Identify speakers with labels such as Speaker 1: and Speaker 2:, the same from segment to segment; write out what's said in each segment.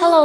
Speaker 1: Hello，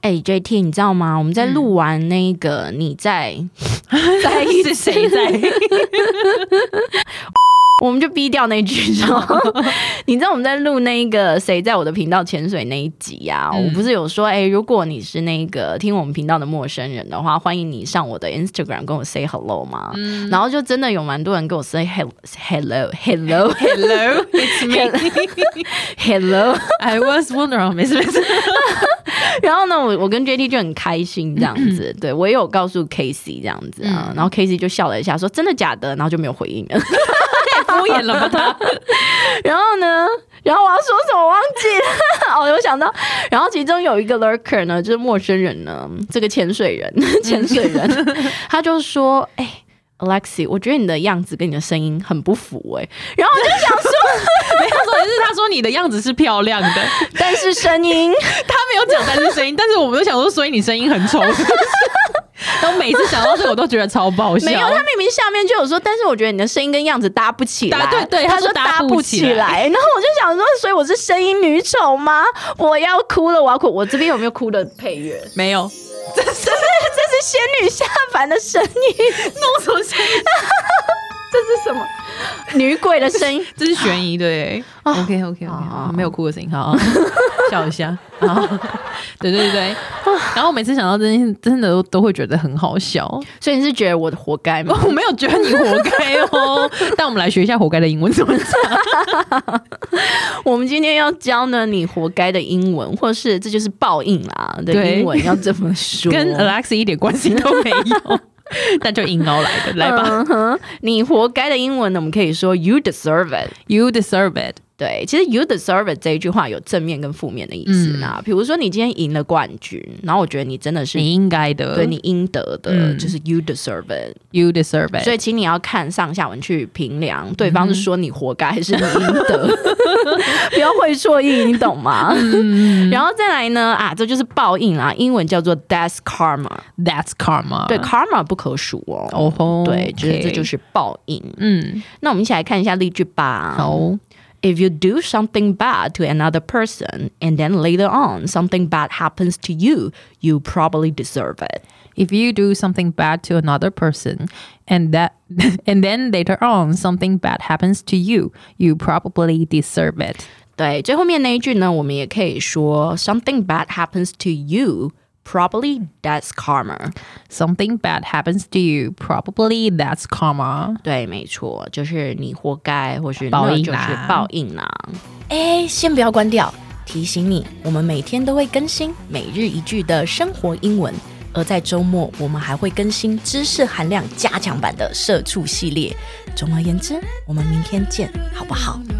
Speaker 1: 哎、j t 你知道吗？我们在
Speaker 2: 嗯
Speaker 1: 录完那个，你 在在意
Speaker 2: 是谁在？
Speaker 1: 我们就逼掉那句，你知道 吗？你知道我们在录那个谁在我的频道潜水那一集呀、
Speaker 2: 嗯
Speaker 1: 我不是有说，哎、如果你是那个听我们频道的陌生人的话，欢迎你上我的 Instagram 跟我 say hello 嘛。
Speaker 2: 嗯
Speaker 1: 然后就真的有蛮多人跟我 say hello hello hello
Speaker 2: Hello, it's me.
Speaker 1: hello，
Speaker 2: I was wondering，没事哦没 事。
Speaker 1: 然后呢，我我跟 JT 就很开心这样子，对我也有告诉 Casey 这样子啊，然后 Casey 就笑了一下，说真的假的，然后就没有回应了。
Speaker 2: 太敷衍了吧他？
Speaker 1: 然后呢，然后我要说什么我忘记了， 哦，有想到，然后其中有一个 lurker 呢，就是陌生人呢，这个潜水人， 潜水人，他就说，哎、Alexi，我觉得你的样子跟你的声音很不符哎、然后我就想说，
Speaker 2: 没有说，是他说你的样子是漂亮的，
Speaker 1: 但是声音，
Speaker 2: 他没有讲但是声音，但是我们都想说，所以你声音很丑。 然后每次想到这个，我都觉得超爆笑。
Speaker 1: 没有，他明明下面就有说，但是我觉得你的声音跟样子搭不起来。
Speaker 2: 搭对对
Speaker 1: 他
Speaker 2: 他说
Speaker 1: 说
Speaker 2: 搭
Speaker 1: 搭
Speaker 2: 不
Speaker 1: 不
Speaker 2: 起
Speaker 1: 起来。 然后我就想说，所以我是声音女丑吗？我要哭了，我要哭！我这边有没有哭的配 乐？
Speaker 2: 没有，
Speaker 1: 这是这是仙女下凡的声音，弄什么声音？这是什么？女鬼的声音。
Speaker 2: 这是悬疑对。OK
Speaker 1: 啊
Speaker 2: OK OK，没有哭的声 音，好，好笑一下。好对对对对。然后每次想到这件事，真的都都会觉得很好 笑。哦
Speaker 1: 所以你是觉得我活该吗？
Speaker 2: 我没有觉得你活该哦，但我们来学一下“活该”的英文怎么讲。
Speaker 1: 我们今天要教呢你活该的英文，或是这就是报应啦的
Speaker 2: 对
Speaker 1: 英文要怎么 说？
Speaker 2: 跟 Alex 一点关系都 没有，但就硬凹来的，来吧、
Speaker 1: 嗯哼，你活该的英文呢，我们可以说 you deserve it。
Speaker 2: y o u deserve it。
Speaker 1: 对，其实 you deserve it 这一句话有正面跟负面的意思
Speaker 2: 嗯
Speaker 1: 啦。比如说你今天赢了冠军，然后我觉得你真的是
Speaker 2: 你应该的，
Speaker 1: 对你应得的，
Speaker 2: 嗯
Speaker 1: 就是 you deserve it。
Speaker 2: ，you deserve it。
Speaker 1: 所以，请你要看上下文去评
Speaker 2: 嗯
Speaker 1: 量，对方是说你活该还是你应 得，不要会错意，你懂吗？
Speaker 2: 嗯
Speaker 1: 然后再来呢，啊，这就是报应啊，英文叫做 death karma，
Speaker 2: that's karma。
Speaker 1: 对，karma 不可数哦。
Speaker 2: 哦吼，
Speaker 1: 对，就是
Speaker 2: OK
Speaker 1: 这就是报应。
Speaker 2: 嗯，
Speaker 1: 那我们一起来看一下例句吧。
Speaker 2: 好，
Speaker 1: If you do something bad to another person and then later on something bad happens to you, you probably deserve it.
Speaker 2: If you do something bad to another person, and that, and then later on something bad happens to you, you probably deserve it.
Speaker 1: 对，最后面那一句呢，我们也可以说 something bad happens to you, probably that's karma。
Speaker 2: Something bad happens to you, probably that's karma.
Speaker 1: 对，没错，就是你活该，或是
Speaker 2: 报
Speaker 1: 那
Speaker 2: 应
Speaker 1: 就是
Speaker 2: 啦
Speaker 1: 报应啦。哎，先不要关掉，提醒你，我们每天都会更新每日一句的生活英文，而在周末我们还会更新知识含量加强版的社畜系列。总而言之，我们明天见，好不好？
Speaker 3: No,